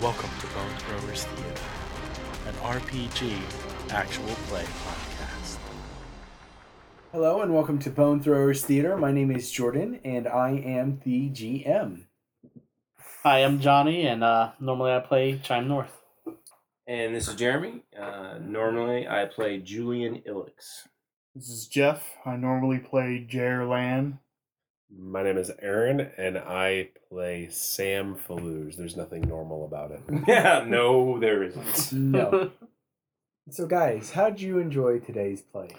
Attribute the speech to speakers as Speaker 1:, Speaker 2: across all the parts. Speaker 1: Welcome to Bone Throwers Theater, an RPG actual play podcast.
Speaker 2: Hello and welcome to Bone Throwers Theater. My name is Jordan and I am the GM.
Speaker 3: Hi, I'm Johnny, and uh, normally I play Chime North.
Speaker 4: And this is Jeremy. Uh, normally, I play Julian Ilix.
Speaker 5: This is Jeff. I normally play Jer Lan.
Speaker 6: My name is Aaron, and I play Sam Faluz. There's nothing normal about it.
Speaker 4: Yeah, no, there isn't.
Speaker 2: No. so, guys, how'd you enjoy today's play?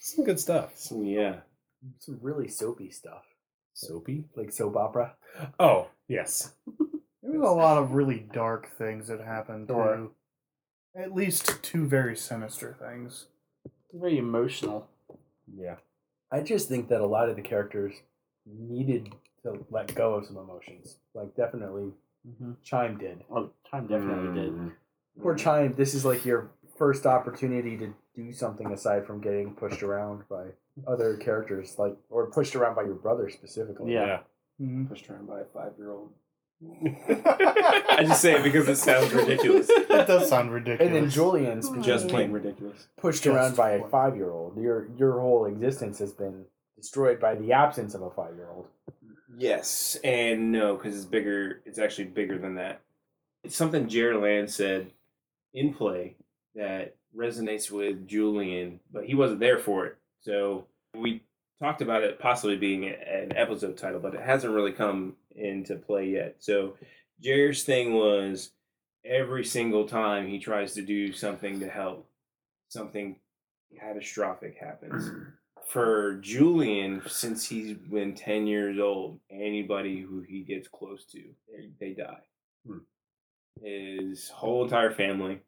Speaker 6: Some good stuff.
Speaker 4: yeah,
Speaker 2: Some really soapy stuff,
Speaker 6: Soapy?
Speaker 2: like soap opera.
Speaker 6: Oh, yes.
Speaker 5: There was a lot of really dark things that happened
Speaker 3: There were.
Speaker 5: too. At least two very sinister things.
Speaker 3: Very emotional.
Speaker 6: Yeah.
Speaker 2: I just think that a lot of the characters needed to let go of some emotions. Like, definitely
Speaker 3: Mm-hmm.
Speaker 2: Chime did.
Speaker 3: Oh, Chime definitely
Speaker 6: Mm.
Speaker 3: did.
Speaker 2: Poor Chime, this is like your first opportunity to do something aside from getting pushed around by other characters, like, or pushed around by your brother specifically.
Speaker 3: Yeah.
Speaker 2: Mm-hmm.
Speaker 5: Mhm.
Speaker 4: pushed around by a five-year-old. I just say it because it sounds ridiculous.
Speaker 5: That does sound ridiculous.
Speaker 2: And then Julian specifically
Speaker 4: Just plain ridiculous.
Speaker 2: pushed
Speaker 5: Just
Speaker 2: around by a
Speaker 5: plain.
Speaker 2: five year old. Your your whole existence has been destroyed by the absence of a five year old.
Speaker 4: Yes and no, because it's bigger. It's actually bigger than that. It's something Jared Land said in play that resonates with Julian, but he wasn't there for it. So we talked about it possibly being a- an episode title, but it hasn't really come into play yet. So Jared's thing was every single time he tries to do something to help, something catastrophic happens for Julian, since he's been 10 years old, anybody who he gets close to, they, they die.
Speaker 6: Hmm.
Speaker 4: His whole entire family.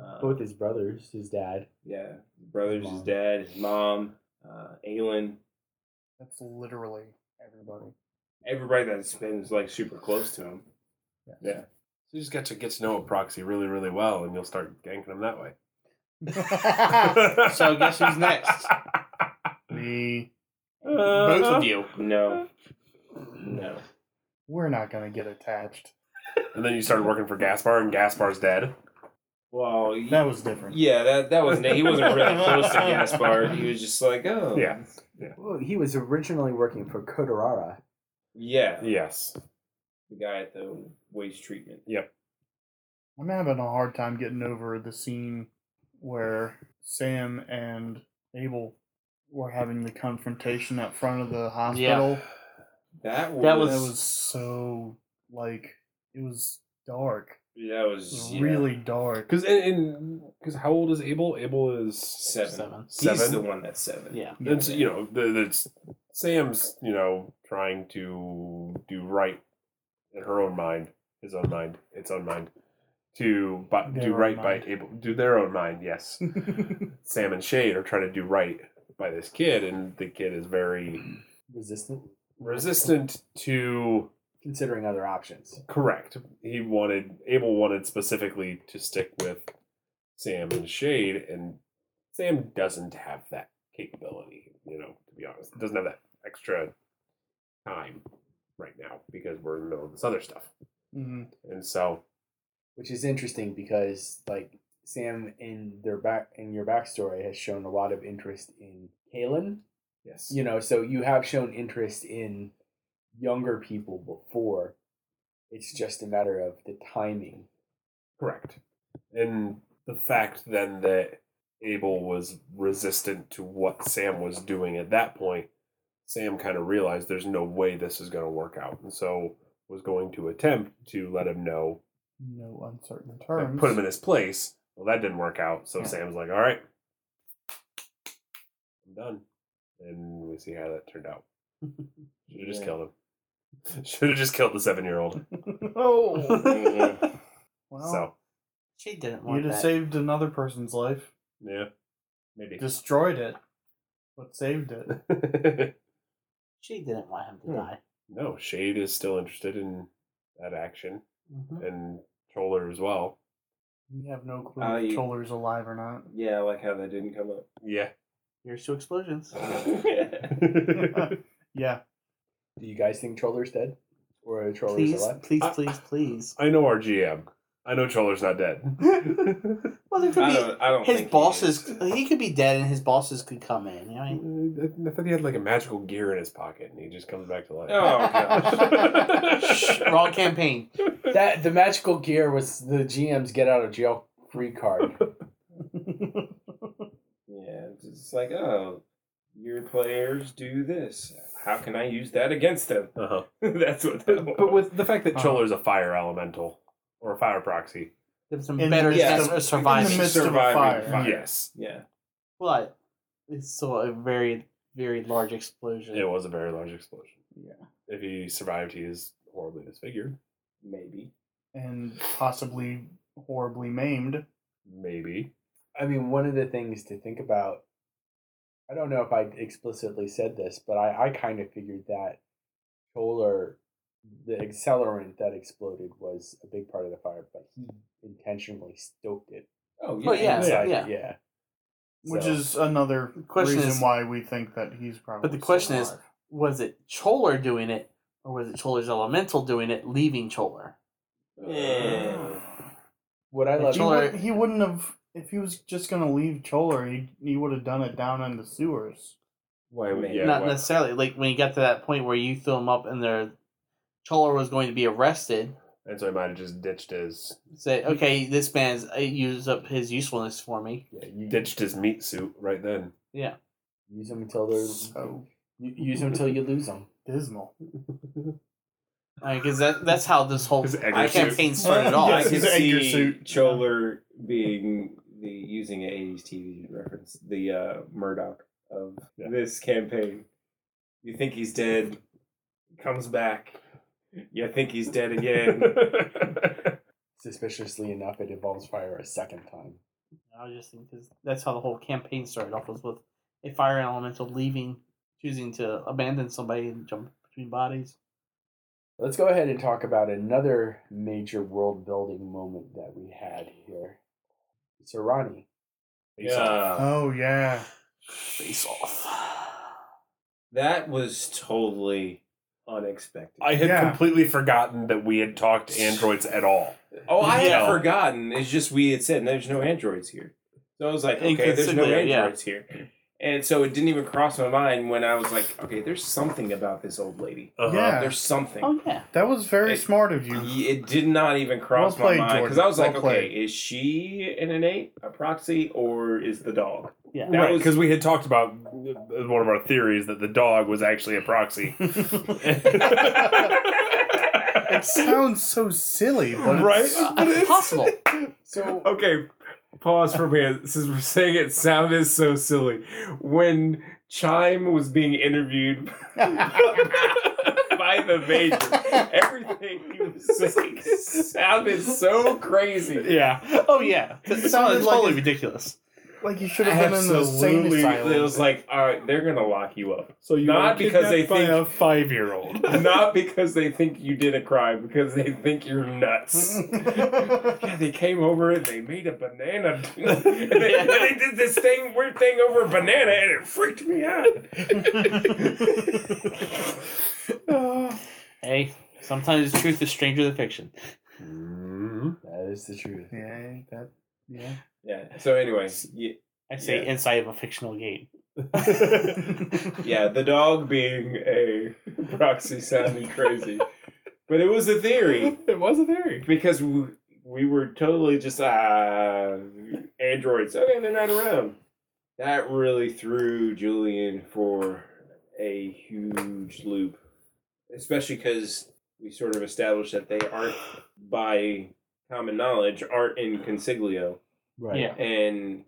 Speaker 4: Uh,
Speaker 2: Both his brothers, his dad.
Speaker 4: yeah, brothers, his
Speaker 2: Mom.
Speaker 4: dad, his mom, uh, Aelin,
Speaker 5: That's literally everybody.
Speaker 4: everybody that's been like super close to him. Yeah.
Speaker 6: So you just get to get to know a proxy really, really well, and you'll start ganking them that way.
Speaker 3: Ah,
Speaker 4: Hmm.
Speaker 3: So guess who's next?
Speaker 5: Me.
Speaker 3: Both of you.
Speaker 4: No. No.
Speaker 5: We're not gonna get attached.
Speaker 6: And then you started working for Gaspar, and Gaspar's dead.
Speaker 4: Well, y-
Speaker 5: That was different.
Speaker 4: yeah, that, that wasn't it. He wasn't really close to Gaspar. He was just like, oh.
Speaker 6: Yeah.
Speaker 2: Well, he was originally working for Kodorara.
Speaker 4: Yeah.
Speaker 6: Yes.
Speaker 4: The guy at the waste treatment.
Speaker 5: I'm having a hard time getting over the scene where Sam and Abel were having the confrontation out front of the hospital.
Speaker 4: That was,
Speaker 3: That
Speaker 5: That was so like it was dark.
Speaker 4: That
Speaker 5: It
Speaker 4: was
Speaker 5: was
Speaker 4: yeah.
Speaker 5: really dark.
Speaker 6: Because and, because how old is Abel? Abel is
Speaker 4: seven.
Speaker 3: Seven.
Speaker 4: He's
Speaker 6: Seven?
Speaker 4: the one that's seven.
Speaker 3: Yeah.
Speaker 6: It's you know the, that's Sam's you know trying to do right in her own mind, his own mind, its own mind, to but
Speaker 5: Their
Speaker 6: do
Speaker 5: own
Speaker 6: right
Speaker 5: mind.
Speaker 6: by able do their own mind. Yes, Sam and Shade are trying to do right by this kid, and the kid is very
Speaker 2: Resistant,
Speaker 6: resistant to
Speaker 2: considering other options.
Speaker 6: correct. He wanted Abel wanted specifically to stick with Sam and Shade, and Sam doesn't have that capability. You know, to be honest, doesn't have that extra time right now because we're in the middle of this other stuff,
Speaker 5: Mhm.
Speaker 6: and so
Speaker 2: Which is interesting because like Sam in their back in your backstory has shown a lot of interest in Kalen.
Speaker 6: yes,
Speaker 2: You know, so you have shown interest in younger people before. It's just a matter of the timing.
Speaker 6: correct. And the fact then that Abel was resistant to what Sam was doing at that point, Sam kind of realized there's no way this is going to work out, and so was going to attempt to let him know
Speaker 5: No uncertain
Speaker 6: Like,
Speaker 5: terms.
Speaker 6: put him in his place. Well, that didn't work out. So
Speaker 5: Yeah.
Speaker 6: Sam's like, all right, I'm done. And we see how that turned out. Should have just
Speaker 4: Yeah.
Speaker 6: killed him. Should have just killed the seven year old.
Speaker 5: oh.
Speaker 4: Mhm.
Speaker 5: well,
Speaker 6: so
Speaker 3: She didn't want
Speaker 5: you'd have
Speaker 3: that.
Speaker 5: saved another person's life,
Speaker 6: yeah, maybe.
Speaker 5: destroyed it, but saved it.
Speaker 3: she didn't want him to
Speaker 6: Hmm.
Speaker 3: die.
Speaker 6: no, Shade is still interested in that action
Speaker 3: Mhm.
Speaker 6: and Troller as well.
Speaker 5: We have no clue
Speaker 4: Uh,
Speaker 5: if
Speaker 4: you-
Speaker 5: Troller's alive or not.
Speaker 4: yeah, I like how that didn't come up.
Speaker 6: Yeah.
Speaker 3: Here's two explosions.
Speaker 5: Yeah,
Speaker 2: Do you guys think Troller's dead? Or Troller's
Speaker 3: Please,
Speaker 2: alive?
Speaker 3: please,
Speaker 6: I-
Speaker 3: please, please.
Speaker 6: I know our GM. I know Troller's not dead.
Speaker 3: Well, there
Speaker 4: I
Speaker 3: could
Speaker 4: don't. I don't.
Speaker 3: be his
Speaker 4: think he
Speaker 3: bosses.
Speaker 4: is.
Speaker 3: He, could be dead, and his bosses could come in. You know? what I mean?
Speaker 6: I thought he had like a magical gear in his pocket and he just comes back to life.
Speaker 4: Oh
Speaker 3: Shh, Wrong campaign.
Speaker 2: That the magical gear was the GM's get out of jail free card.
Speaker 4: Yeah, it's just like oh, your players do this. How can I use that against them?
Speaker 6: Uh-huh.
Speaker 4: That's what. That
Speaker 6: But, but with the fact that
Speaker 5: Uh-huh.
Speaker 6: Troller's a fire elemental or a fire proxy.
Speaker 3: Give some
Speaker 5: In the
Speaker 3: better
Speaker 5: midst
Speaker 3: chance
Speaker 4: of-
Speaker 3: of
Speaker 5: in the
Speaker 3: surviving.
Speaker 5: midst of a
Speaker 4: Surviving
Speaker 5: fire.
Speaker 4: fire.
Speaker 6: Yes.
Speaker 4: yeah.
Speaker 3: But it's still a very, very large explosion.
Speaker 6: It was a very large explosion.
Speaker 5: Yeah.
Speaker 6: If he survived, he is horribly disfigured.
Speaker 4: Maybe.
Speaker 5: and possibly horribly maimed.
Speaker 6: Maybe.
Speaker 2: I mean, one of the things to think about, I don't know if I explicitly said this, but I, I kind of figured that Kohler, the accelerant that exploded, was a big part of the fire, but he intentionally stoked it.
Speaker 4: Oh yeah.
Speaker 3: Well, yeah,
Speaker 6: Yeah,
Speaker 3: yeah.
Speaker 2: Like, yeah.
Speaker 5: Which
Speaker 2: So,
Speaker 5: is another
Speaker 3: question
Speaker 5: reason
Speaker 3: is-
Speaker 5: why we think that he's probably.
Speaker 3: But the question is, was it Choler doing it, or was it Choler's elemental doing it, leaving Choler?
Speaker 4: Yeah.
Speaker 2: what I
Speaker 5: Like,
Speaker 2: love.
Speaker 5: he,
Speaker 3: Choler-
Speaker 5: would, he wouldn't have if he was just gonna leave Choler. He he would have done it down in the sewers.
Speaker 6: Why would
Speaker 4: Maybe.
Speaker 6: yeah,
Speaker 3: Not
Speaker 6: why-
Speaker 3: necessarily. Like when you got to that point where you threw him up, and there, Choler was going to be arrested.
Speaker 6: And so he might have just ditched his
Speaker 3: Say, okay, this man's uh, used up his usefulness for me.
Speaker 2: yeah, you
Speaker 6: ditched his meat suit right then.
Speaker 2: use them until they're
Speaker 5: So
Speaker 2: you- use them until you lose them.
Speaker 5: dismal.
Speaker 3: Because that, that's how this whole
Speaker 6: His egg
Speaker 4: I
Speaker 6: suit.
Speaker 4: can't
Speaker 3: campaign started off.
Speaker 4: I
Speaker 5: Yes,
Speaker 4: can
Speaker 5: his anchor
Speaker 4: see
Speaker 5: suit.
Speaker 4: Choler being the using an '80s TV reference, the uh, Murdoch of
Speaker 6: Yeah.
Speaker 4: this campaign. You think he's dead, comes back. You think he's dead again.
Speaker 2: Suspiciously enough, it involves fire a second time.
Speaker 3: I was just thinking 'cause that's how the whole campaign started off was with a fire elemental leaving, choosing to abandon somebody and jump between bodies.
Speaker 2: Let's go ahead and talk about another major world building moment that we had here. Serrani.
Speaker 6: uh,
Speaker 4: yeah,
Speaker 5: Oh yeah,
Speaker 3: Face off.
Speaker 4: that was totally unexpected.
Speaker 6: I had
Speaker 5: Yeah.
Speaker 6: completely forgotten that we had talked androids at all.
Speaker 4: oh, I had
Speaker 6: Yeah.
Speaker 4: forgotten. It's just we had said there's no androids here, so I was like, okay, there's no
Speaker 3: Inconsiderate, yeah.
Speaker 4: androids here. And so it didn't even cross my mind when I was like, okay, there's something about this old lady.
Speaker 6: Uh-huh.
Speaker 5: Yeah.
Speaker 4: There's something.
Speaker 3: Oh yeah.
Speaker 5: that was very
Speaker 4: It-
Speaker 5: smart of you.
Speaker 4: Y- It did not even cross
Speaker 5: Well played,
Speaker 4: my mind because
Speaker 5: Jordan.
Speaker 4: I was like,
Speaker 5: Well
Speaker 4: okay,
Speaker 5: played.
Speaker 4: is she an innate, a proxy, or is the dog?
Speaker 3: Yeah.
Speaker 4: That
Speaker 6: Right,
Speaker 4: was-
Speaker 6: because we had talked about uh, one of our theories that the dog was actually a proxy.
Speaker 5: It sounds so silly, but
Speaker 6: right?
Speaker 5: it's-
Speaker 3: Uh, it's possible.
Speaker 2: So
Speaker 4: Okay, pause for a minute. Since we're saying it sounded so silly, when Chime was being interviewed by the Major, everything he was saying sounded so crazy.
Speaker 3: Yeah. Oh yeah. It sounded
Speaker 5: sounded like
Speaker 3: totally
Speaker 5: it-
Speaker 3: ridiculous.
Speaker 5: like you should have been in the same
Speaker 4: Absolutely.
Speaker 5: asylum.
Speaker 4: It was like, all right, they're gonna lock you up.
Speaker 6: So you
Speaker 4: Not
Speaker 6: were
Speaker 4: because they
Speaker 6: kidnapped by
Speaker 4: think-
Speaker 6: a five-year-old.
Speaker 4: Not because they think you did a crime, because they think you're nuts. yeah, they came over and they made a banana. and they, they did this thing, weird thing over a banana, and it freaked me out.
Speaker 3: Hey, sometimes the truth is stranger than fiction.
Speaker 6: Mhm.
Speaker 2: that is the truth.
Speaker 5: yeah, that yeah.
Speaker 4: Yeah. So, anyway, yeah,
Speaker 3: I say
Speaker 4: Yeah.
Speaker 3: inside of a fictional game.
Speaker 4: yeah, the dog being a proxy sounded crazy, but it was a theory
Speaker 6: It was a theory.
Speaker 4: because we, we were totally just uh, androids. Okay, they're not around. That really threw Julian for a huge loop, especially because we sort of established that they aren't, by common knowledge, aren't in Consiglio,
Speaker 2: Right.
Speaker 3: Yeah.
Speaker 4: and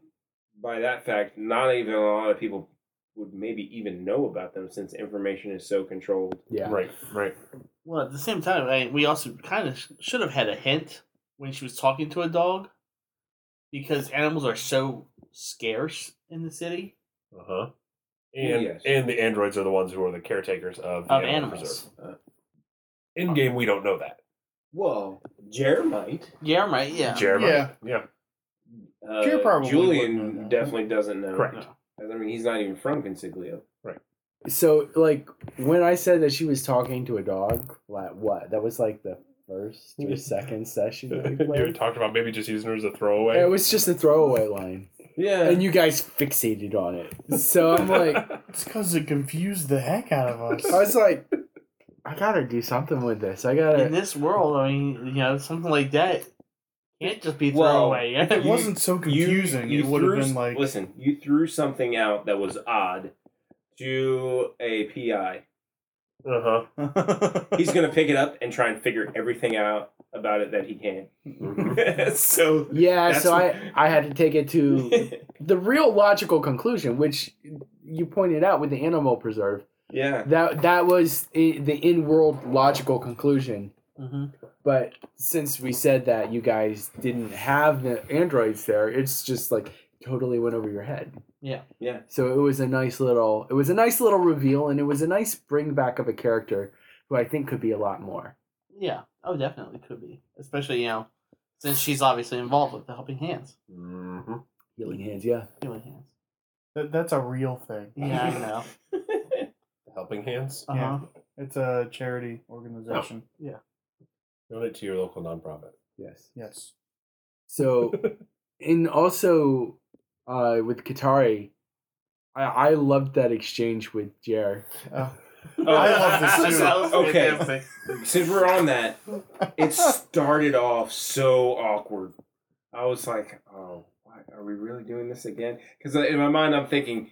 Speaker 4: by that fact, not even a lot of people would maybe even know about them since information is so controlled.
Speaker 2: Yeah.
Speaker 6: Right, right.
Speaker 3: Well, at the same time, I, we also kind of sh- should have had a hint when she was talking to a dog, because animals are so scarce in the city
Speaker 6: Uh huh. And
Speaker 4: Yes.
Speaker 6: and the androids are the ones who are the caretakers of the
Speaker 3: of
Speaker 6: animal
Speaker 3: animals.
Speaker 6: preserve. Uh, In game, we don't know that.
Speaker 4: Well, Jer might.
Speaker 3: Yeah, I'm right. Yeah.
Speaker 6: Jeremy.
Speaker 5: Yeah.
Speaker 6: yeah.
Speaker 4: Uh,
Speaker 5: Jer probably wouldn't know
Speaker 4: Julian
Speaker 5: that.
Speaker 4: definitely doesn't know.
Speaker 6: Correct.
Speaker 3: No.
Speaker 4: I mean, he's not even from Consiglio.
Speaker 2: So like when I said that she was talking to a dog, like what? That was like the first or second session. That we
Speaker 6: you had
Speaker 2: played.
Speaker 6: talked about maybe just using her as a throwaway.
Speaker 2: It was just a throwaway line,
Speaker 4: Yeah.
Speaker 2: and you guys fixated on it. So I'm like,
Speaker 5: It's because it confused the heck out of us.
Speaker 2: I was like, I gotta do something with this. I
Speaker 3: In
Speaker 2: gotta.
Speaker 3: this world, I mean, you know, something like that can't just be
Speaker 4: Well,
Speaker 3: throwaway.
Speaker 5: If it wasn't so confusing,
Speaker 4: you
Speaker 5: it would have
Speaker 4: threw-
Speaker 5: been like
Speaker 4: listen, you threw something out that was odd to a PI.
Speaker 6: Uh huh.
Speaker 4: He's gonna pick it up and try and figure everything out about it that he can. so
Speaker 2: Yeah, so I
Speaker 4: That's-
Speaker 2: I had to take it to the real logical conclusion, which you pointed out with the animal preserve.
Speaker 4: yeah.
Speaker 2: That that was i- the in-world logical conclusion.
Speaker 3: hmm
Speaker 2: But since we said that you guys didn't have the androids there, it's just like totally went over your head.
Speaker 3: Yeah.
Speaker 4: Yeah.
Speaker 2: So it was a nice little it was a nice little reveal and it was a nice bring back of a character who I think could be a lot more.
Speaker 3: Yeah. Oh, definitely could be, especially you know, since she's obviously involved with the helping hands,
Speaker 6: Mm-hmm.
Speaker 2: Healing hands, yeah.
Speaker 3: healing hands.
Speaker 5: that, that's a real thing.
Speaker 3: Yeah, I know.
Speaker 6: Helping hands.
Speaker 3: Uh-huh.
Speaker 5: Yeah. It's a charity organization.
Speaker 4: Oh.
Speaker 6: Donate to your local nonprofit.
Speaker 2: Yes.
Speaker 5: Yes.
Speaker 2: So, and also uh, with Katari, I, I loved that exchange with Jer.
Speaker 5: Oh.
Speaker 4: Oh,
Speaker 5: I love this
Speaker 4: listen,
Speaker 5: too.
Speaker 4: okay, since we're on that, it started off so awkward. I was like, "Oh, what, are we really doing this again?" Because in my mind, I'm thinking,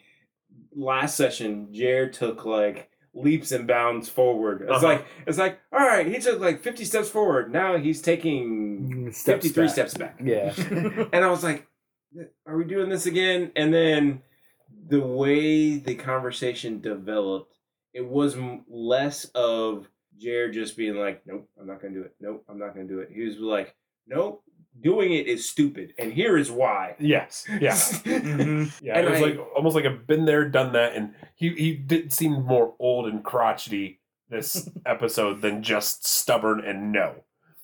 Speaker 4: last session, Jared took like leaps and bounds forward. It's
Speaker 6: Uh-huh.
Speaker 4: like it's like, all right, he took like 50 steps forward. Now he's taking
Speaker 2: Mm, Steps
Speaker 4: 53
Speaker 2: back.
Speaker 4: steps back.
Speaker 2: Yeah.
Speaker 4: and I was like, "Are we doing this again?" And then the way the conversation developed, it was m- less of Jared just being like, "Nope, I'm not gonna do it. Nope, I'm not gonna do it." He was like, "Nope, doing it is stupid, and here is why."
Speaker 6: Yes. Yeah.
Speaker 2: Mm-hmm.
Speaker 5: Mhm.
Speaker 6: Yeah.
Speaker 4: And
Speaker 6: it was
Speaker 4: I-
Speaker 6: like almost like a been there, done that, and he he did seem more old and crotchety this episode than just stubborn and no.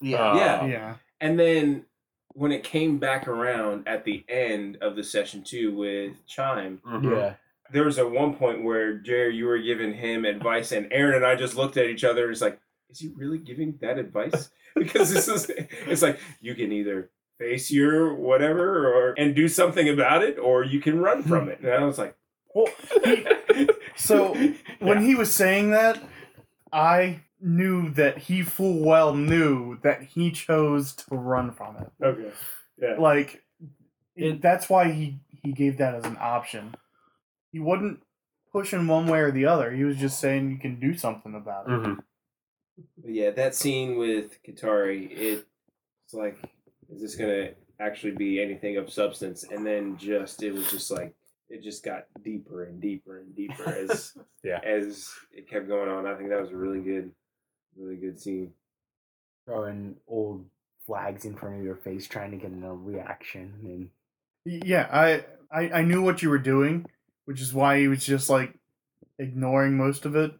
Speaker 3: Yeah.
Speaker 6: Uh,
Speaker 4: Yeah.
Speaker 5: Yeah.
Speaker 4: And then when it came back around at the end of the session two with Chime,
Speaker 6: Mhm.
Speaker 2: yeah.
Speaker 4: there was at one point where Jared, you were giving him advice, and Aaron and I just looked at each other. and It's like, is he really giving that advice? Because this is, it's like you can either face your whatever or and do something about it, or you can run from it. And I was like,
Speaker 5: Well, so when
Speaker 6: Yeah.
Speaker 5: he was saying that, I knew that he full well knew that he chose to run from it.
Speaker 4: okay, yeah,
Speaker 5: Like that's why he he gave that as an option. He wasn't pushing one way or the other. He was just saying you can do something about it.
Speaker 6: Mhm.
Speaker 4: But yeah, that scene with Katari, it, it's like, is this gonna actually be anything of substance? And then just it was just like it just got deeper and deeper and deeper as
Speaker 6: Yeah.
Speaker 4: as it kept going on. I think that was a really good, really good scene.
Speaker 2: Throwing old flags in front of your face, trying to get a reaction. And
Speaker 5: Yeah, I, I I knew what you were doing, which is why he was just like ignoring most of it.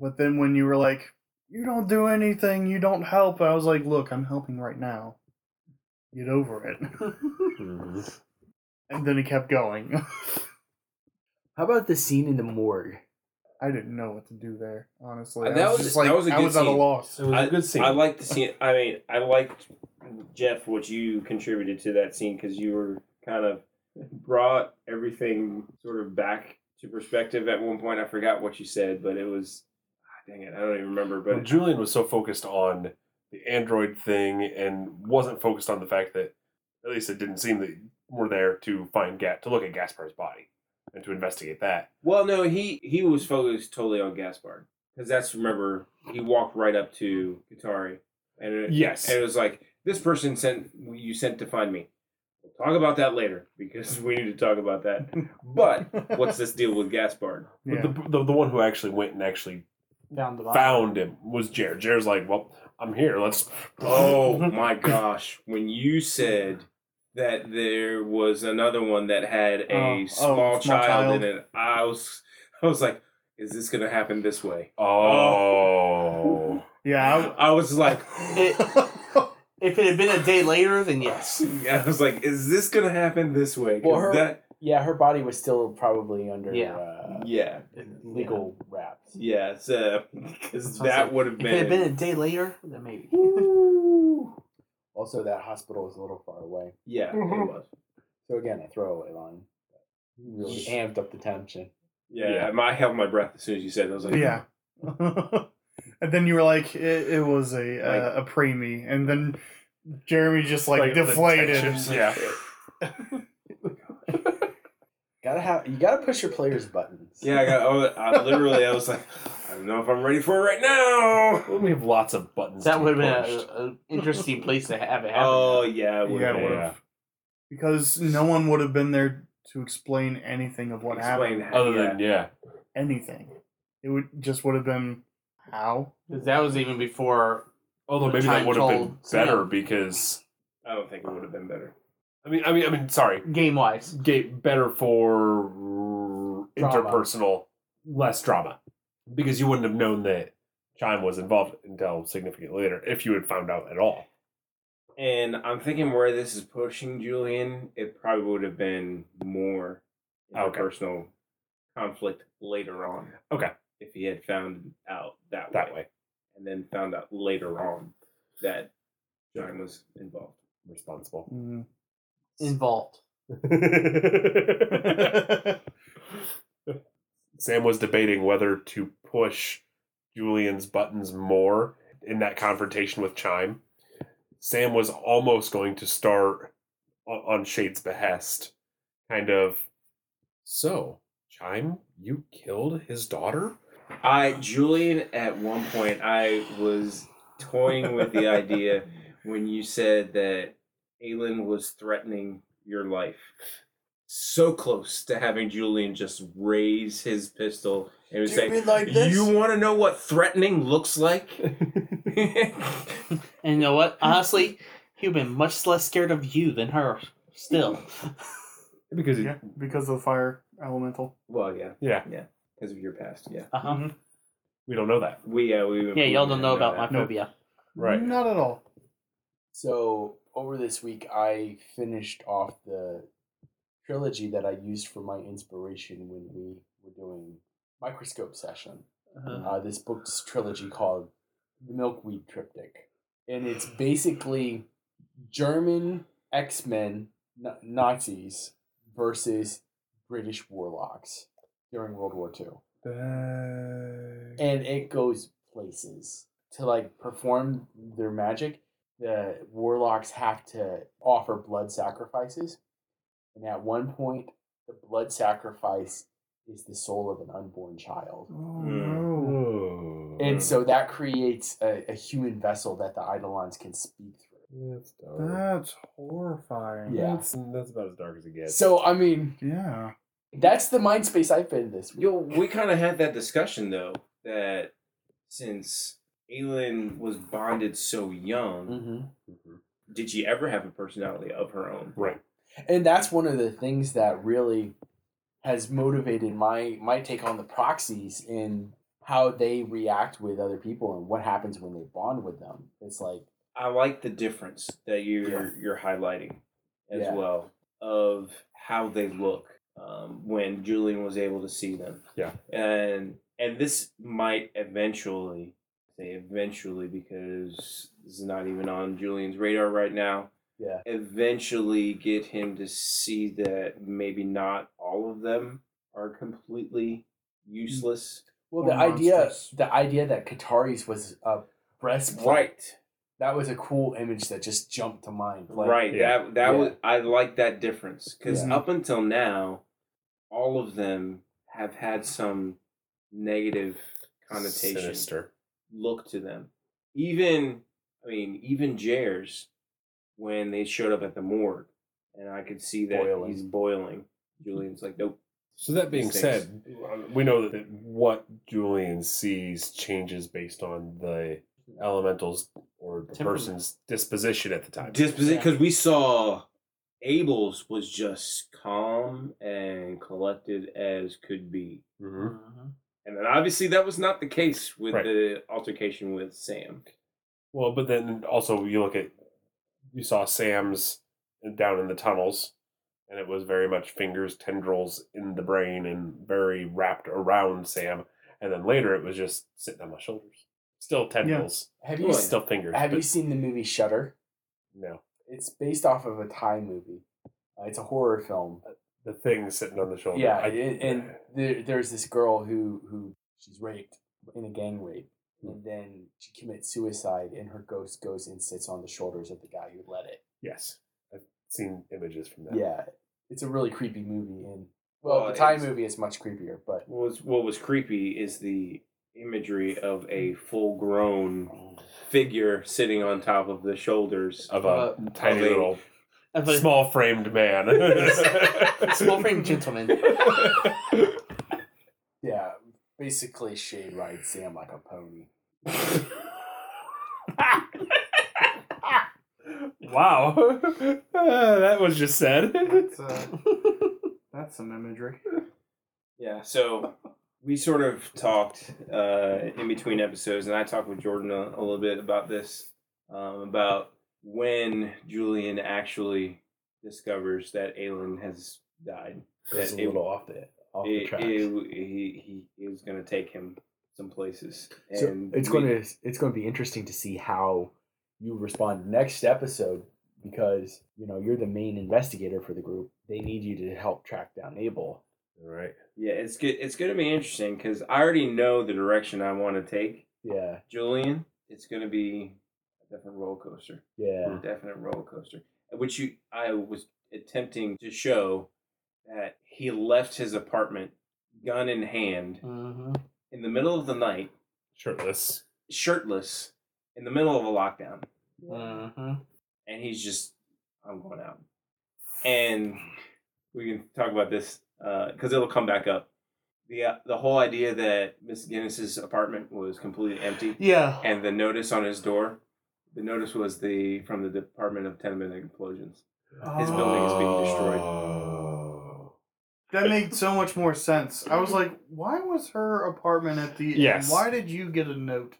Speaker 5: But then when you were like, "You don't do anything, you don't help," I was like, "Look, I'm helping right now. Get over it."
Speaker 6: Mhm.
Speaker 5: and then he kept going.
Speaker 2: how about the scene in the morgue?
Speaker 5: I didn't know what to do there, honestly.
Speaker 4: Uh,
Speaker 5: I
Speaker 4: that
Speaker 5: was,
Speaker 4: was-
Speaker 5: just like,
Speaker 4: that was a
Speaker 5: I
Speaker 4: good
Speaker 5: was at a
Speaker 4: scene.
Speaker 5: loss.
Speaker 6: It was a good scene.
Speaker 4: I like the scene. I mean, I liked Jeff what you contributed to that scene because you were kind of brought everything sort of back to perspective. At one point, I forgot what you said, but it was ah, dang it, I don't even remember.
Speaker 6: But
Speaker 4: But
Speaker 6: Julian was so focused on the Android thing and wasn't focused on the fact that, at least it didn't seem that we're there to find Gat to look at Gaspar's body and to investigate that.
Speaker 4: well, no, he he was focused totally on Gaspard because that's remember he walked right up to Katari and it,
Speaker 6: Yes.
Speaker 4: and it was like this person sent you sent to find me. Well, Talk about that later because we need to talk about that. But what's this deal with Gaspard?
Speaker 6: But
Speaker 5: Yeah.
Speaker 6: the, the the one who actually went and actually
Speaker 3: down the bottom.
Speaker 6: found him was Jared. Jared's like, well, I'm here. Let's.
Speaker 4: Oh my gosh! When you said that there was another one that had a
Speaker 5: Oh, oh,
Speaker 4: small,
Speaker 5: small
Speaker 4: child,
Speaker 5: child.
Speaker 4: in it, I was, I was like, is this gonna happen this way?
Speaker 6: Oh.
Speaker 5: yeah.
Speaker 4: I was like,
Speaker 5: I-
Speaker 3: If it had been a day later, then yes.
Speaker 4: I was like, is this gonna happen this way? 'Cause
Speaker 2: Well, her-
Speaker 4: that,
Speaker 2: Yeah, her body was still probably under
Speaker 3: Yeah.
Speaker 2: uh,
Speaker 4: yeah,
Speaker 2: legal wraps.
Speaker 4: yeah, so because
Speaker 3: what I
Speaker 4: that
Speaker 3: said.
Speaker 4: would have
Speaker 3: If it had been a
Speaker 4: been,
Speaker 3: day later, then maybe.
Speaker 2: Also, that hospital is a little far away.
Speaker 4: yeah, it
Speaker 5: Mm-hmm.
Speaker 3: Mhm.
Speaker 4: was.
Speaker 2: So again, a throwaway line. Really amped up the tension.
Speaker 4: Yeah,
Speaker 6: Yeah.
Speaker 4: I held my breath as soon as you said. it. I was like,
Speaker 5: yeah. and then you were like, it, it was a uh, a preemie, and then Jeremy just like,
Speaker 6: Like, the
Speaker 5: deflated.
Speaker 6: textures, yeah.
Speaker 2: Gotta have you gotta push your players' buttons.
Speaker 4: Yeah, I, got, I, was, I literally, I was like, I don't know if I'm ready for it right now.
Speaker 6: Well, we have lots of buttons.
Speaker 3: That
Speaker 6: to
Speaker 3: would have
Speaker 6: be
Speaker 3: been
Speaker 6: pushed.
Speaker 3: an interesting place to have it happen.
Speaker 4: Oh yeah, it would've
Speaker 5: Yeah, it
Speaker 4: been.
Speaker 5: would've. because no one would have been there to explain anything of what
Speaker 4: Explain
Speaker 5: happened.
Speaker 4: how-
Speaker 6: Other than yeah,
Speaker 5: Anything. It would just would have been how.
Speaker 3: 'Cause that was even before.
Speaker 6: although
Speaker 3: The
Speaker 6: maybe that
Speaker 3: time
Speaker 6: would have been
Speaker 3: told Sam.
Speaker 6: better because
Speaker 4: I don't think it would have been better.
Speaker 6: I mean, I mean, I mean, sorry,
Speaker 3: Game wise,
Speaker 6: get better for interpersonal, less drama, because you wouldn't have known that Chime was involved until significantly later if you had found out at all.
Speaker 4: And I'm thinking where this is pushing Julian, it probably would have been more
Speaker 6: Okay.
Speaker 4: personal conflict later on.
Speaker 6: Okay.
Speaker 4: If he had found out that,
Speaker 6: That
Speaker 4: way,
Speaker 6: way,
Speaker 4: and then found out later on that John was involved.
Speaker 6: responsible.
Speaker 5: Mm.
Speaker 3: involved.
Speaker 6: Sam was debating whether to push Julian's buttons more in that confrontation with Chime. Sam was almost going to start o- on Shade's behest, kind of. So, Chime, you killed his daughter?
Speaker 4: I Julian at one point I was toying with the idea when you said that Aelin was threatening your life. So close to having Julian just raise his pistol and
Speaker 2: Do you
Speaker 4: say,
Speaker 2: mean like this?
Speaker 4: "You want to know what threatening looks like?"
Speaker 3: And you know what? Honestly, he'd have been much less scared of you than her. Still,
Speaker 6: Because he,
Speaker 5: Yeah, because of the fire elemental. Mm-hmm.
Speaker 4: well, yeah,
Speaker 6: yeah,
Speaker 4: because of your past, yeah.
Speaker 3: uh-huh.
Speaker 6: we don't know that.
Speaker 4: We yeah we
Speaker 3: yeah, y'all don't know about my
Speaker 4: that.
Speaker 5: Nope.
Speaker 3: phobia.
Speaker 6: Right.
Speaker 5: Not at all.
Speaker 2: So over this week, I finished off the trilogy that I used for my inspiration when we were doing microscope session.
Speaker 3: Uh,
Speaker 2: Uh, this book's trilogy called The Milkweed Triptych, and it's basically German X Men n- Nazis versus British warlocks during World War II and it goes places to like perform their magic the warlocks have to offer blood sacrifices and at one point the blood sacrifice is the soul of an unborn child
Speaker 5: Oh
Speaker 4: Mm.
Speaker 5: no.
Speaker 2: and so that creates a, a human vessel that the eidolons can speak through
Speaker 6: That's dark.
Speaker 5: That's horrifying.
Speaker 2: Yeah.
Speaker 6: That's, that's about as dark as it gets.
Speaker 2: so i mean
Speaker 5: Yeah.
Speaker 2: that's the mind space i've been in this week.
Speaker 4: Yo, we kind of had that discussion though that since Aelin was bonded so young,
Speaker 3: Mm.
Speaker 2: Mm-hmm.
Speaker 4: did she ever have a personality of her own?
Speaker 6: right.
Speaker 2: and that's one of the things that really has motivated my my take on the proxies and how they react with other people and what happens when they bond with them it's like
Speaker 4: I like the difference that you're
Speaker 2: Yeah.
Speaker 4: you're highlighting as
Speaker 2: Yeah.
Speaker 4: well of how they look um, when Julian was able to see them.
Speaker 6: Yeah.
Speaker 4: and and this might eventually say eventually because this is not even on Julian's radar right now.
Speaker 2: yeah
Speaker 4: eventually get him to see that maybe not all of them are completely
Speaker 2: Mm.
Speaker 4: useless.
Speaker 2: well
Speaker 5: Or
Speaker 2: the idea
Speaker 5: monsters.
Speaker 2: the idea that Qataris was a breastplate
Speaker 4: Right,
Speaker 2: that was a cool image that just jumped to mind like
Speaker 4: right.
Speaker 6: Yeah.
Speaker 4: That that was I like that difference because
Speaker 5: Yeah.
Speaker 4: up until now, all of them have had some negative connotation
Speaker 6: Sinister.
Speaker 4: look to them. Even I mean, even Jares when they showed up at the morgue and I could see that
Speaker 6: Boiling.
Speaker 4: he's boiling. Julian's like, nope.
Speaker 6: So that being
Speaker 4: These
Speaker 6: said, we know that what Julian sees changes based on the elementals or the
Speaker 3: Temperament.
Speaker 6: person's disposition at the time.
Speaker 4: Disposition
Speaker 3: Yeah.
Speaker 4: because we saw Abel's was just calm and collected as could be,
Speaker 2: Mm-hmm.
Speaker 6: hmm
Speaker 4: and then obviously that was not the case with
Speaker 6: Right.
Speaker 4: the altercation with Sam.
Speaker 6: Well, but then also you look at you saw Sam's down in the tunnels, and it was very much fingers, tendrils in the brain, and very wrapped around Sam. And then later it was just sitting on my shoulders, still tendrils,
Speaker 2: Have
Speaker 4: Really?
Speaker 6: still fingers.
Speaker 2: Have
Speaker 6: but
Speaker 2: you seen the movie Shutter?
Speaker 6: no
Speaker 2: It's based off of a Thai movie. Uh, it's a horror film.
Speaker 6: the thing sitting on the shoulder?
Speaker 2: Yeah,
Speaker 6: I-
Speaker 2: and, and there, there's this girl who who she's raped in a gang rape,
Speaker 4: Hmm.
Speaker 2: and then she commits suicide, and her ghost goes and sits on the shoulders of the guy who let it.
Speaker 6: yes, I've seen images from that.
Speaker 2: Yeah, it's a really creepy movie, and well,
Speaker 4: Well,
Speaker 2: the Thai
Speaker 4: it's-
Speaker 2: movie is much creepier, but
Speaker 4: What was what was creepy is the imagery of a full grown figure sitting on top of the shoulders
Speaker 6: of a
Speaker 2: Uh,
Speaker 6: tiny
Speaker 4: of a-
Speaker 6: little
Speaker 3: Of a
Speaker 6: small framed man.
Speaker 3: small frame gentleman.
Speaker 2: yeah, basically Shade rides Sam like a pony.
Speaker 6: wow. Uh, that was just said.
Speaker 5: That's, uh, that's some imagery.
Speaker 4: Yeah, so we sort of talked uh, in between episodes, and I talked with Jordan a, a little bit about this, um, about when Julian actually discovers that Aelin has died.
Speaker 2: It's
Speaker 4: That
Speaker 2: a
Speaker 4: it-
Speaker 2: little off the off the
Speaker 4: It,
Speaker 2: track.
Speaker 4: it- he, he, he was going to take him some places.
Speaker 2: So
Speaker 4: And
Speaker 2: it's
Speaker 4: we-
Speaker 2: going to it's going to be interesting to see how you respond next episode because you know you're the main investigator for the group. They need you to help track down Abel.
Speaker 6: Right.
Speaker 4: Yeah, it's good. It's going to be interesting because I already know the direction I want to take
Speaker 2: Yeah,
Speaker 4: Julian. It's going to be a different roller coaster.
Speaker 2: yeah.
Speaker 4: a definite roller coaster. Which you, I was attempting to show that he left his apartment, gun in hand,
Speaker 3: hmm
Speaker 4: in the middle of the night,
Speaker 6: Shirtless.
Speaker 4: shirtless, in the middle of a lockdown,
Speaker 3: hmm
Speaker 4: and he's just, I'm going out. And we can talk about this because it'll come back up. The uh, the whole idea that Miss Guinness's apartment was completely empty,
Speaker 3: Yeah.
Speaker 4: and the notice on his door, the notice was the from the Department of Tenement and Explosions. His building is being destroyed.
Speaker 6: Oh.
Speaker 5: That made so much more sense. I was like, why was her apartment at the
Speaker 6: Yes.
Speaker 5: end? Why did you get a note?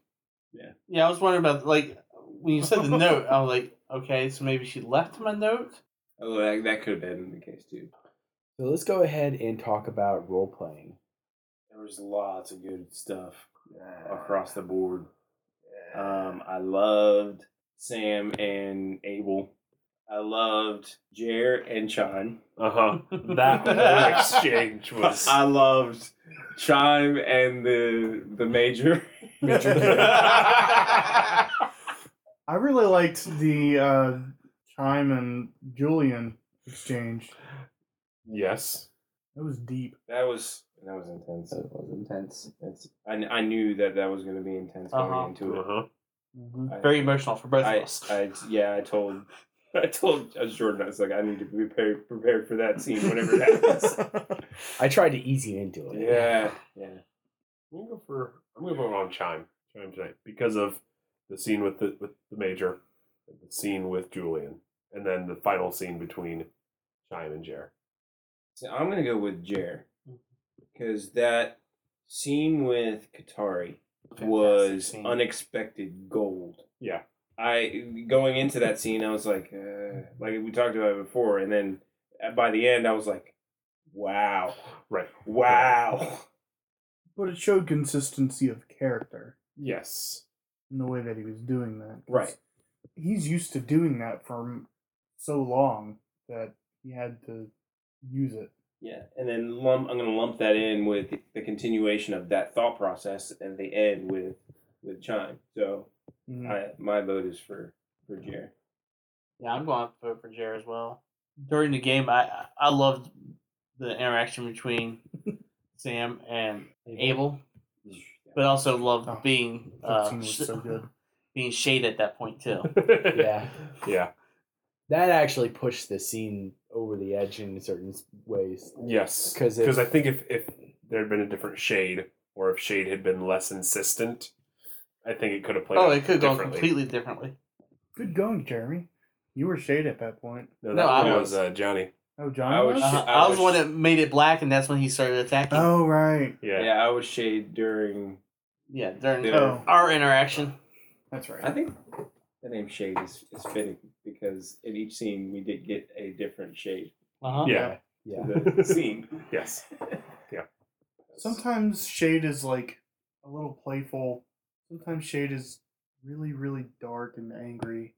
Speaker 3: Yeah, I was wondering about like when you said the note, I was like, okay, so maybe she left him a note.
Speaker 4: Oh, that, that could have been the case too.
Speaker 2: So let's go ahead and talk about role playing.
Speaker 4: There was lots of good stuff across the board. Um, I loved Sam and Abel. I loved Jer and Chime.
Speaker 6: Uh
Speaker 3: Uh-huh.
Speaker 6: huh. That whole exchange was.
Speaker 4: I loved Chime and the the Major.
Speaker 2: Major
Speaker 5: I really liked the uh, Chime and Julian exchange.
Speaker 6: yes.
Speaker 5: It was deep.
Speaker 4: That was that was intense. That was intense. It's, I I knew that that was going to be intense going
Speaker 3: Uh-huh.
Speaker 6: Uh
Speaker 4: into it.
Speaker 6: huh.
Speaker 4: I-
Speaker 3: Mm-hmm. Very emotional for both of
Speaker 4: I,
Speaker 3: us.
Speaker 4: I yeah, I told I told uh, Jordan I was like I need to be prepared prepared for that scene whenever it happens.
Speaker 2: I tried to ease you into it.
Speaker 4: yeah, yeah.
Speaker 6: I'm gonna go for. I'm gonna vote on Chime. Chime tonight because of the scene with the with the major, the scene with Julian, and then the final scene between Chime and Jer.
Speaker 4: So I'm gonna go with Jer because that scene with Katari was
Speaker 3: Fantastic scene.
Speaker 4: unexpected gold.
Speaker 6: Yeah.
Speaker 4: I going into that scene, I was like, uh, like we talked about it before, and then by the end, I was like, wow,
Speaker 6: Right.
Speaker 4: wow.
Speaker 5: But it showed consistency of character
Speaker 6: Yes.
Speaker 5: in the way that he was doing that. 'Cause
Speaker 4: Right.
Speaker 5: He's used to doing that for so long that he had to use it.
Speaker 4: Yeah, and then lump, I'm going to lump that in with the continuation of that thought process and the end with with chime. So
Speaker 5: Mm.
Speaker 4: I, my vote is for for Jer.
Speaker 3: Yeah, I'm going to vote for Jer as well. During the game, I I- I loved the interaction between Sam and Abel, but also loved
Speaker 5: Oh,
Speaker 3: being
Speaker 5: that
Speaker 3: uh,
Speaker 5: scene was
Speaker 3: sh-
Speaker 5: so good.
Speaker 3: being Shade at that point too.
Speaker 2: Yeah.
Speaker 6: Yeah.
Speaker 2: that actually pushed the scene over the edge in certain s- ways.
Speaker 6: Yes,
Speaker 2: 'Cause
Speaker 6: because
Speaker 2: if-
Speaker 6: I think if if there had been a different shade, or if shade had been less insistent, I think it could have played.
Speaker 3: oh,
Speaker 6: out
Speaker 3: it could go
Speaker 6: differently.
Speaker 3: completely differently.
Speaker 5: Good going, Jeremy. You were shade at that point.
Speaker 6: No,
Speaker 3: No,
Speaker 6: that
Speaker 3: I
Speaker 6: one
Speaker 3: was-
Speaker 6: was uh, Johnny.
Speaker 5: Oh, John.
Speaker 4: I was
Speaker 5: was?
Speaker 4: sh-
Speaker 3: Uh, I was the one
Speaker 4: Ouch.
Speaker 3: that made it black, and that's when he started attacking.
Speaker 5: oh, right.
Speaker 6: Yeah.
Speaker 4: Yeah. I was shade during.
Speaker 3: Yeah, during
Speaker 4: Yeah.
Speaker 5: Oh,
Speaker 3: our interaction.
Speaker 5: that's right.
Speaker 4: I think the name shade is, is fitting because in each scene we did get a different shade.
Speaker 3: Uh-huh.
Speaker 6: Yeah.
Speaker 2: Yeah.
Speaker 4: to The scene.
Speaker 6: Yes. Yeah.
Speaker 5: Sometimes shade is like a little playful. Sometimes shade is really, really dark and angry.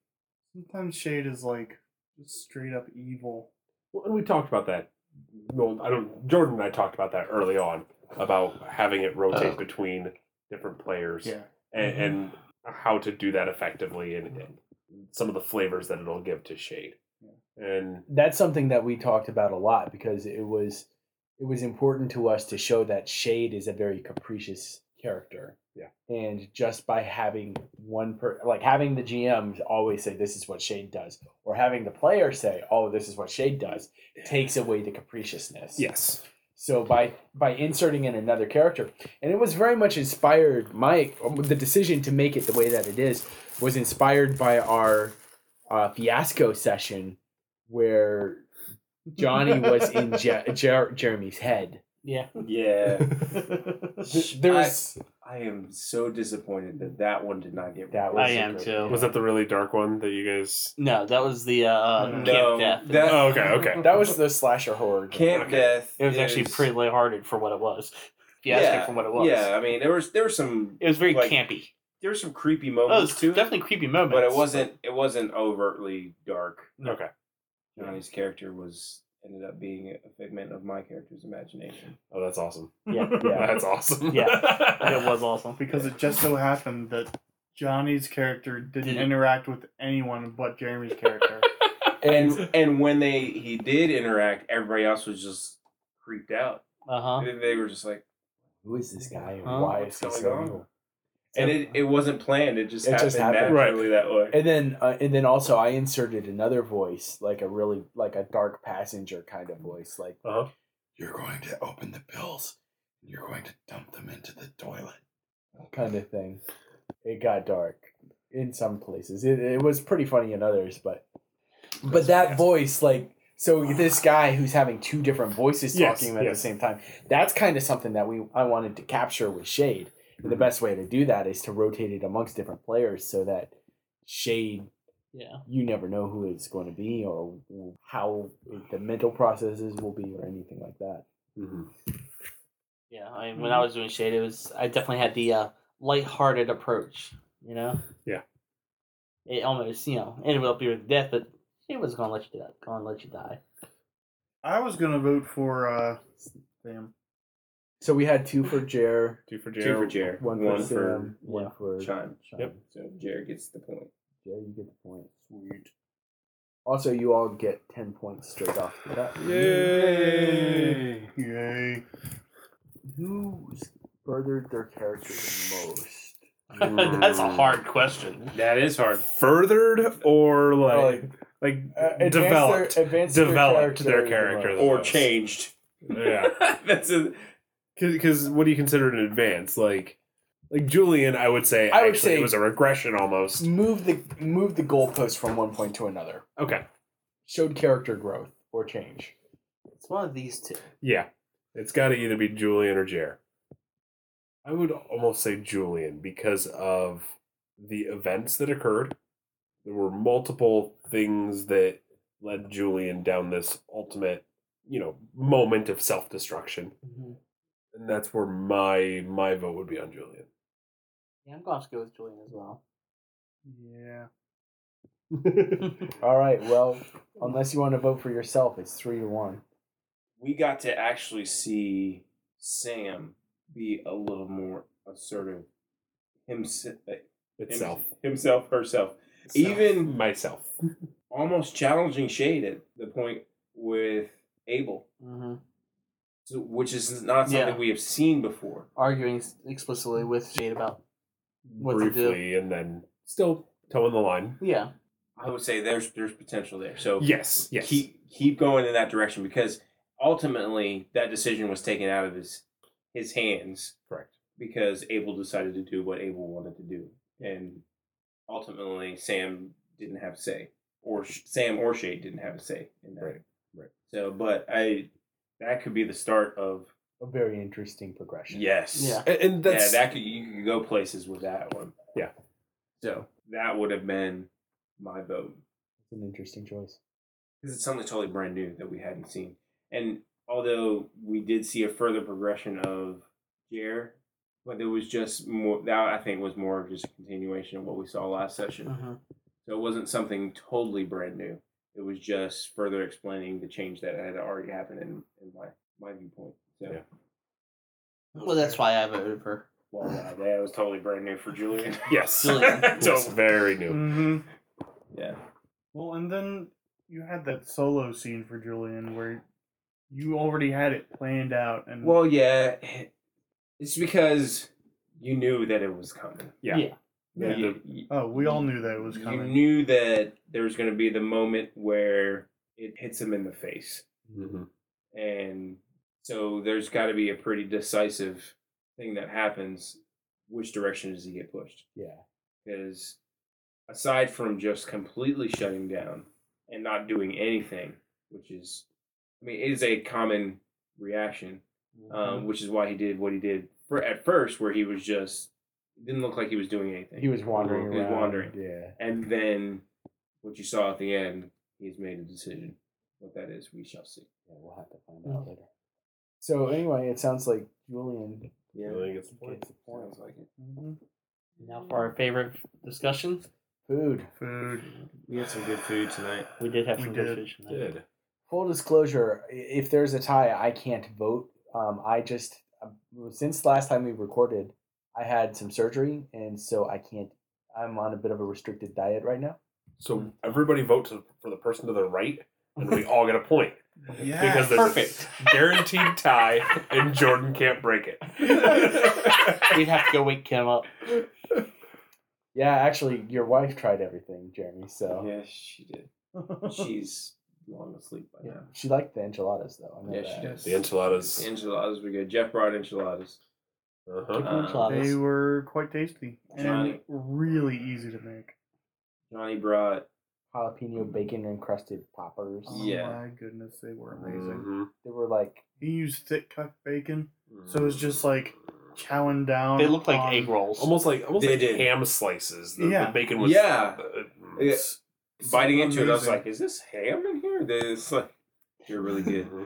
Speaker 5: Sometimes shade is like just straight up evil.
Speaker 6: Well, and we talked about that. Well, I don't. Jordan and I talked about that early on about having it rotate
Speaker 3: Oh.
Speaker 6: between different players and, and how to do that effectively and, and some of the flavors that it'll give to shade. And
Speaker 2: That's something that we talked about a lot because it was it was important to us to show that Shade is a very capricious character.
Speaker 6: Yeah.
Speaker 2: And just by having one per like having the GM always say this is what Shade does, or having the player say, Oh, this is what Shade does, takes away the capriciousness.
Speaker 6: yes,
Speaker 2: So by by inserting in another character, and it was very much inspired. My the decision to make it the way that it is was inspired by our uh, fiasco session where Johnny was in Je- Jer- Jeremy's head.
Speaker 3: Yeah.
Speaker 4: Yeah.
Speaker 2: Th- There was
Speaker 4: I am so disappointed that that one did not get.
Speaker 2: that was
Speaker 3: I am
Speaker 2: good-
Speaker 3: too.
Speaker 6: was that the really dark one that you guys?
Speaker 3: No, that was the uh,
Speaker 5: No.
Speaker 3: Camp
Speaker 4: No,
Speaker 3: Death.
Speaker 4: that-
Speaker 6: Oh, okay, okay.
Speaker 2: That was the slasher horror. game.
Speaker 4: Camp Death.
Speaker 3: it was actually
Speaker 4: is-
Speaker 3: pretty lighthearted for what it was. If you ask me for what it was.
Speaker 4: Yeah, I mean there was there were some
Speaker 3: It was very
Speaker 4: Like-
Speaker 3: campy.
Speaker 4: there were some creepy
Speaker 3: Oh,
Speaker 4: moments
Speaker 3: it's
Speaker 4: too,
Speaker 3: definitely creepy moments.
Speaker 4: but it wasn't it wasn't overtly dark.
Speaker 6: Okay.
Speaker 4: Johnny's character was ended up being a figment of my character's imagination.
Speaker 6: Oh, that's awesome.
Speaker 2: Yeah, yeah.
Speaker 6: That's awesome.
Speaker 3: Yeah. It was awesome.
Speaker 5: Because it just so happened that Johnny's character didn't
Speaker 3: Didn't.
Speaker 5: interact with anyone but Jeremy's character.
Speaker 4: And and when they he did interact, everybody else was just creeped out.
Speaker 3: Uh huh.
Speaker 4: They- They were just like,
Speaker 2: Who is this guy? And
Speaker 3: Huh?
Speaker 2: why
Speaker 4: What's
Speaker 2: is he
Speaker 4: going
Speaker 2: so
Speaker 4: on?
Speaker 2: evil?
Speaker 4: and it, it wasn't planned. It just
Speaker 2: It
Speaker 4: happened
Speaker 2: just happened.
Speaker 4: naturally that way.
Speaker 2: and then uh, and then also I inserted another voice, like a really like a dark passenger kind of voice, like
Speaker 6: Uh-huh.
Speaker 2: you're going to open the pills and you're going to dump them into the toilet kind of thing it got dark in some places it, it was pretty funny in others but but that voice like so this guy who's having two different voices
Speaker 6: Yes,
Speaker 2: talking at
Speaker 6: yes.
Speaker 2: the same time that's kind of something that we i wanted to capture with shade and the best way to do that is to rotate it amongst different players so that shade
Speaker 3: Yeah.
Speaker 2: you never know who it's going to be or how the mental processes will be or anything like that.
Speaker 6: hmm
Speaker 3: Yeah. I mean, when I was doing shade, it was I definitely had the uh, lighthearted approach. You know.
Speaker 6: Yeah.
Speaker 3: It almost you know ended up being death, but it was gonna let you die. Gonna let you die.
Speaker 5: I was gonna vote for uh damn.
Speaker 2: So we had two for Jer,
Speaker 6: Two for
Speaker 4: Two for Jer,
Speaker 6: Jared.
Speaker 2: one,
Speaker 4: one
Speaker 2: for Sam,
Speaker 4: for
Speaker 2: one
Speaker 3: yeah,
Speaker 2: for
Speaker 4: Sean.
Speaker 2: Sean.
Speaker 6: Yep.
Speaker 4: So Jared gets the point.
Speaker 2: Jer, you get the point. Sweet. Also, you all get ten points straight off the bat.
Speaker 5: Yay! Yay!
Speaker 2: Who's furthered their character the most?
Speaker 3: That's a hard question.
Speaker 4: That is hard.
Speaker 6: Mm. Furthered or like uh, like,
Speaker 2: uh,
Speaker 6: developed
Speaker 2: advanced
Speaker 6: developed their character
Speaker 4: Or changed.
Speaker 6: yeah
Speaker 4: That's a
Speaker 6: because what do you consider an advance like like Julian I would say
Speaker 2: I would
Speaker 6: actually
Speaker 2: say- Mm.
Speaker 6: it was a regression almost
Speaker 2: Move the move the goalpost from one point to another.
Speaker 6: okay
Speaker 2: Showed character growth or change.
Speaker 3: It's one of these two.
Speaker 6: yeah it's got to either be Julian or Jer I would almost say Julian because of the events that occurred there were multiple things that led Julian down this ultimate you know moment of self destruction
Speaker 3: Mm-hmm.
Speaker 6: and that's where my my vote would be on Julian.
Speaker 3: Yeah, I'm gonna have to go with Julian as well.
Speaker 5: Yeah.
Speaker 2: All right. Well, unless you want to vote for yourself, it's three to one.
Speaker 4: we got to actually see Sam be a little more assertive himself,
Speaker 6: Itself,
Speaker 4: himself, herself,
Speaker 6: Self.
Speaker 4: even
Speaker 6: myself.
Speaker 4: almost challenging Shade at the point with Abel,
Speaker 3: hmm
Speaker 4: so, which is not something
Speaker 3: Yeah.
Speaker 4: we have seen before.
Speaker 3: Arguing s- explicitly with Shade about What to do.
Speaker 6: briefly, and then still toeing the line.
Speaker 3: yeah.
Speaker 4: I would say there's there's potential there. So
Speaker 6: Yes, yes.
Speaker 4: keep keep going in that direction because ultimately that decision was taken out of his his hands
Speaker 6: Correct.
Speaker 4: because Abel decided to do what Abel wanted to do and ultimately Sam didn't have a say or Sh- Sam or Shade didn't have a say in that.
Speaker 6: Right, right.
Speaker 4: So but I that could be the start of
Speaker 2: A very interesting progression.
Speaker 4: yes.
Speaker 3: Yeah.
Speaker 6: And, and that's
Speaker 4: yeah, that could you could go places with that one.
Speaker 6: Yeah.
Speaker 4: So that would have been my vote.
Speaker 2: It's an interesting choice.
Speaker 4: because it's something totally brand new that we hadn't seen. And although we did see a further progression of Jair, but it was just more that I think was more of just a continuation of what we saw last
Speaker 6: Uh-huh.
Speaker 4: session.
Speaker 3: Mhm.
Speaker 4: So it wasn't something totally brand new. It was just further explaining the change that had already happened in, in my, my viewpoint. So
Speaker 6: Yeah.
Speaker 3: Well, that's why I voted for.
Speaker 4: well, uh, that was totally brand new for Julian.
Speaker 6: yes.
Speaker 3: Julian.
Speaker 6: Yes, very new.
Speaker 5: hmm
Speaker 4: yeah.
Speaker 5: Well, and then you had that solo scene for Julian where you already had it planned out, and
Speaker 4: Well, yeah, it's because you knew that it was coming.
Speaker 6: Yeah.
Speaker 3: Yeah.
Speaker 6: The- the-
Speaker 4: You- you-
Speaker 5: oh, we all knew that it was
Speaker 4: You
Speaker 5: coming.
Speaker 4: knew that there was going to be the moment where it hits him in the face.
Speaker 6: mhm.
Speaker 4: And so there's got to be a pretty decisive thing that happens. Which direction does he get pushed?
Speaker 2: Yeah.
Speaker 4: Because aside from just completely shutting down and not doing anything, which is, I mean, it is a common reaction,
Speaker 2: Mm-hmm.
Speaker 4: um, which is why he did what he did for, at first, where he was just, didn't look like he was doing anything
Speaker 2: He was wandering
Speaker 4: He was
Speaker 2: around.
Speaker 4: wandering.
Speaker 2: Yeah.
Speaker 4: and then what you saw at the end, he's made a decision. What that is, we shall see.
Speaker 2: Yeah, we'll have to
Speaker 4: Mm.
Speaker 2: find out later. So anyway, it sounds like Julian
Speaker 4: Yeah,
Speaker 6: Really gets the point.
Speaker 2: gets the point.
Speaker 4: sounds like it.
Speaker 2: mm-hmm.
Speaker 5: Mhm.
Speaker 3: Now for our favorite discussion,
Speaker 2: Food.
Speaker 5: Food.
Speaker 4: We had some good food tonight.
Speaker 3: we did have
Speaker 5: We
Speaker 3: some
Speaker 5: did.
Speaker 3: good fish. tonight.
Speaker 6: Did.
Speaker 2: Full disclosure: i- if there's a tie, I can't vote. Um, I just um, since last time we recorded, I had some surgery, and so I can't. I'm on a bit of a restricted diet right now.
Speaker 6: So everybody votes for the person to the right, and we all get a point.
Speaker 5: Yeah.
Speaker 6: Because there's
Speaker 3: Perfect.
Speaker 6: a guaranteed tie, and Jordan can't break it.
Speaker 3: We'd have to go wake Kim up.
Speaker 2: Yeah, actually, your wife tried everything, Jeremy. So
Speaker 4: Yeah, she did. She's long asleep by now.
Speaker 2: she liked the enchiladas, though. I know
Speaker 4: Yeah,
Speaker 2: that.
Speaker 4: she does.
Speaker 6: the enchiladas.
Speaker 4: enchiladas were good. Jeff brought enchiladas.
Speaker 6: Uh-huh.
Speaker 4: Um,
Speaker 5: They were quite tasty and
Speaker 4: Johnny.
Speaker 5: really easy to make.
Speaker 4: Johnny brought.
Speaker 2: Jalapeno
Speaker 4: Mm-hmm.
Speaker 2: bacon encrusted poppers.
Speaker 5: Oh
Speaker 4: Yeah. Mm-hmm.
Speaker 5: my goodness, they were amazing.
Speaker 6: Mhm.
Speaker 2: They were like
Speaker 5: He used thick cut bacon, So it's just like- chowing down.
Speaker 3: They look
Speaker 5: on-
Speaker 3: like egg rolls.
Speaker 5: Oh,
Speaker 6: almost like almost
Speaker 4: They
Speaker 6: like
Speaker 4: did.
Speaker 6: ham slices. The, the
Speaker 5: Yeah.
Speaker 6: bacon was
Speaker 4: Yeah.
Speaker 6: uh,
Speaker 4: Yeah. Biting into it, I was
Speaker 5: amazing.
Speaker 4: like, "Is this ham in here?" This like, they're really good.
Speaker 6: mm-hmm.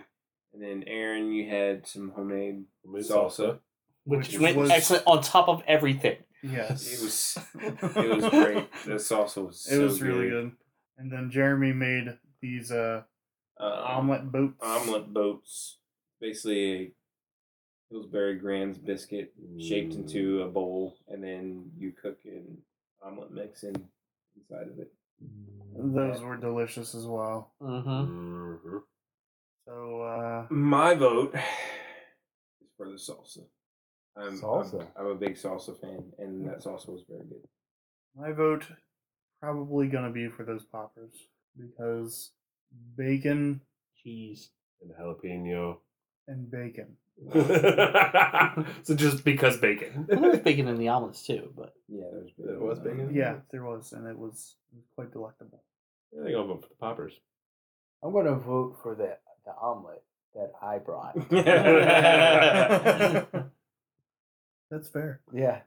Speaker 4: and then Aaron, you had some homemade. Salsa.
Speaker 6: salsa.
Speaker 3: which,
Speaker 5: which
Speaker 3: went
Speaker 5: was-
Speaker 3: excellent on top of everything.
Speaker 5: Yes.
Speaker 4: It was it was great. The salsa was.
Speaker 5: It
Speaker 4: so
Speaker 5: was really good. And then Jeremy made these uh,
Speaker 4: Um,
Speaker 5: omelet boats.
Speaker 4: omelet boats, basically a Pillsbury Grand's biscuit shaped into
Speaker 5: Mm.
Speaker 4: a bowl, and then you cook an omelet mix in inside of it.
Speaker 5: Those were delicious as well.
Speaker 3: Mm-hmm.
Speaker 6: Mhm.
Speaker 5: So uh,
Speaker 4: My vote is for the salsa. I'm, I'm,
Speaker 2: Salsa? Hmm.
Speaker 4: I'm a big salsa fan, and that salsa was very good.
Speaker 5: my vote probably gonna be for those poppers because bacon
Speaker 3: Cheese.
Speaker 6: and jalapeno.
Speaker 5: and bacon.
Speaker 6: so just because bacon.
Speaker 3: I think there's bacon in the omelets too, but
Speaker 4: Yeah, there was
Speaker 6: There was bacon?
Speaker 5: Yeah, there was, and it was, it was quite delectable.
Speaker 6: I think I'll vote for the poppers.
Speaker 2: I'm going to vote for the the omelet that I brought.
Speaker 5: That's fair.
Speaker 2: Yeah,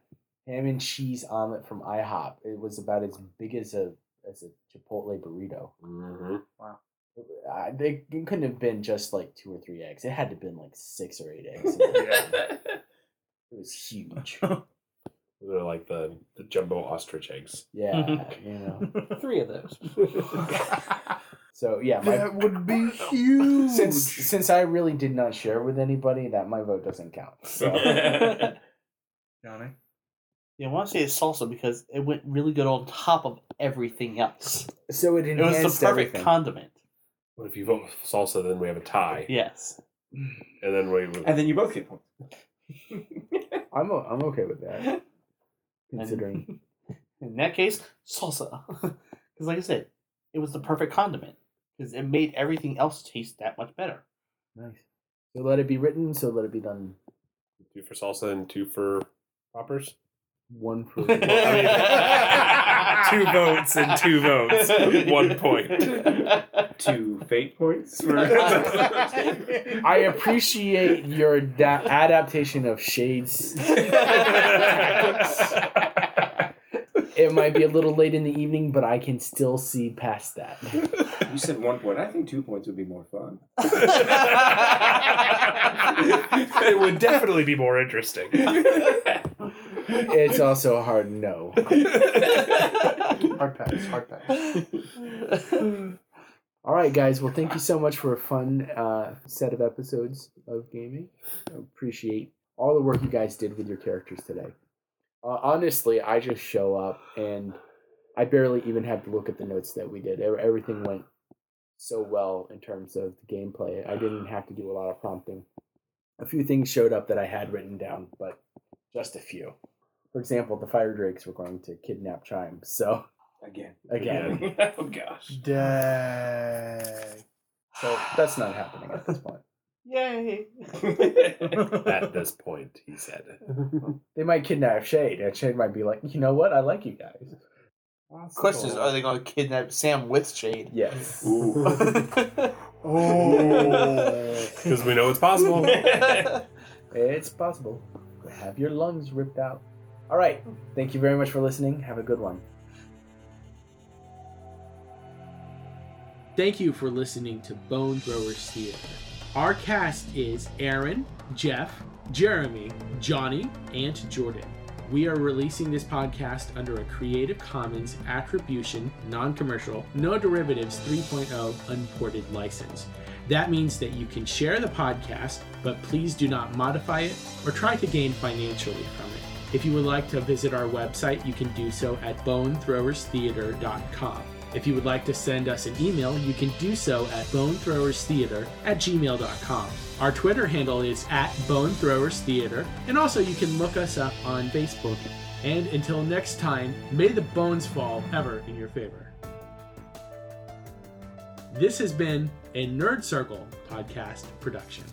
Speaker 2: ham and cheese omelet from IHOP. It was about as big as a as a Chipotle burrito.
Speaker 6: hmm
Speaker 2: I, they, it couldn't have been just like two or three eggs. It had to have been like six or eight eggs. it was huge.
Speaker 6: They're like the, the jumbo ostrich eggs.
Speaker 2: Yeah, you know.
Speaker 3: three of those.
Speaker 2: So yeah, my,
Speaker 5: That would be huge.
Speaker 2: since since I really did not share with anybody, that my vote doesn't count. So
Speaker 5: Johnny,
Speaker 3: Yeah, I want to say it's salsa because it went really good on top of everything else.
Speaker 2: so it
Speaker 3: It was
Speaker 2: enhanced
Speaker 3: the perfect
Speaker 2: everything.
Speaker 3: condiment.
Speaker 6: But if you vote for salsa, then we have a tie.
Speaker 3: Yes.
Speaker 6: And then we would.
Speaker 4: and then you both get points.
Speaker 2: I'm o- I'm okay with that considering.
Speaker 3: In that case, salsa. Because, like I said, it was the perfect condiment because it made everything else taste that much better.
Speaker 2: Nice. So let it be written. So let it be done.
Speaker 6: Two for salsa and two for poppers.
Speaker 2: One for
Speaker 6: I mean, two votes and two votes. One point.
Speaker 3: point.
Speaker 4: Two fate points. For...
Speaker 2: I appreciate your da- adaptation of Shades. It might be a little late in the evening, but I can still see past that.
Speaker 4: you said one point. I think two points would be more fun.
Speaker 6: it would definitely be more interesting.
Speaker 2: It's also a hard no.
Speaker 5: Hard pass, hard pass.
Speaker 2: All right, guys. Well, thank you so much for a fun uh, set of episodes of gaming. I appreciate all the work you guys did with your characters today. Uh, honestly, I just show up and I barely even had to look at the notes that we did. Ev- Everything went so well in terms of the gameplay. I didn't have to do a lot of prompting. A few things showed up that I had written down, but just a few. For example, the fire drakes were going to kidnap Chime. So
Speaker 4: Again.
Speaker 2: again,
Speaker 4: oh gosh.
Speaker 5: Dang.
Speaker 2: so that's not happening at this point.
Speaker 3: Yay!
Speaker 6: At this point, he said.
Speaker 2: They might kidnap Shade, and Shade might be like, you know what? I like you guys.
Speaker 3: Questions: Are they going to kidnap Sam with Shade?
Speaker 2: Yes.
Speaker 6: Ooh.
Speaker 5: Oh.
Speaker 6: Because we know it's possible.
Speaker 2: It's possible. Have your lungs ripped out. All right. Thank you very much for listening. Have a good one. Thank you for listening to Bone Throwers Theater. Our cast is Aaron, Jeff, Jeremy, Johnny, and Jordan. We are releasing this podcast under a Creative Commons Attribution, Non Commercial, No Derivatives 3.0 Unported license. That means that you can share the podcast, but please do not modify it or try to gain financially from it. If you would like to visit our website, you can do so at bonethrowerstheater.com. If you would like to send us an email, you can do so at bonethrowerstheater at gmail.com. Our Twitter handle is at bonethrowerstheater, and also you can look us up on Facebook. And until next time, may the bones fall ever in your favor. This has been a Nerd Circle podcast production.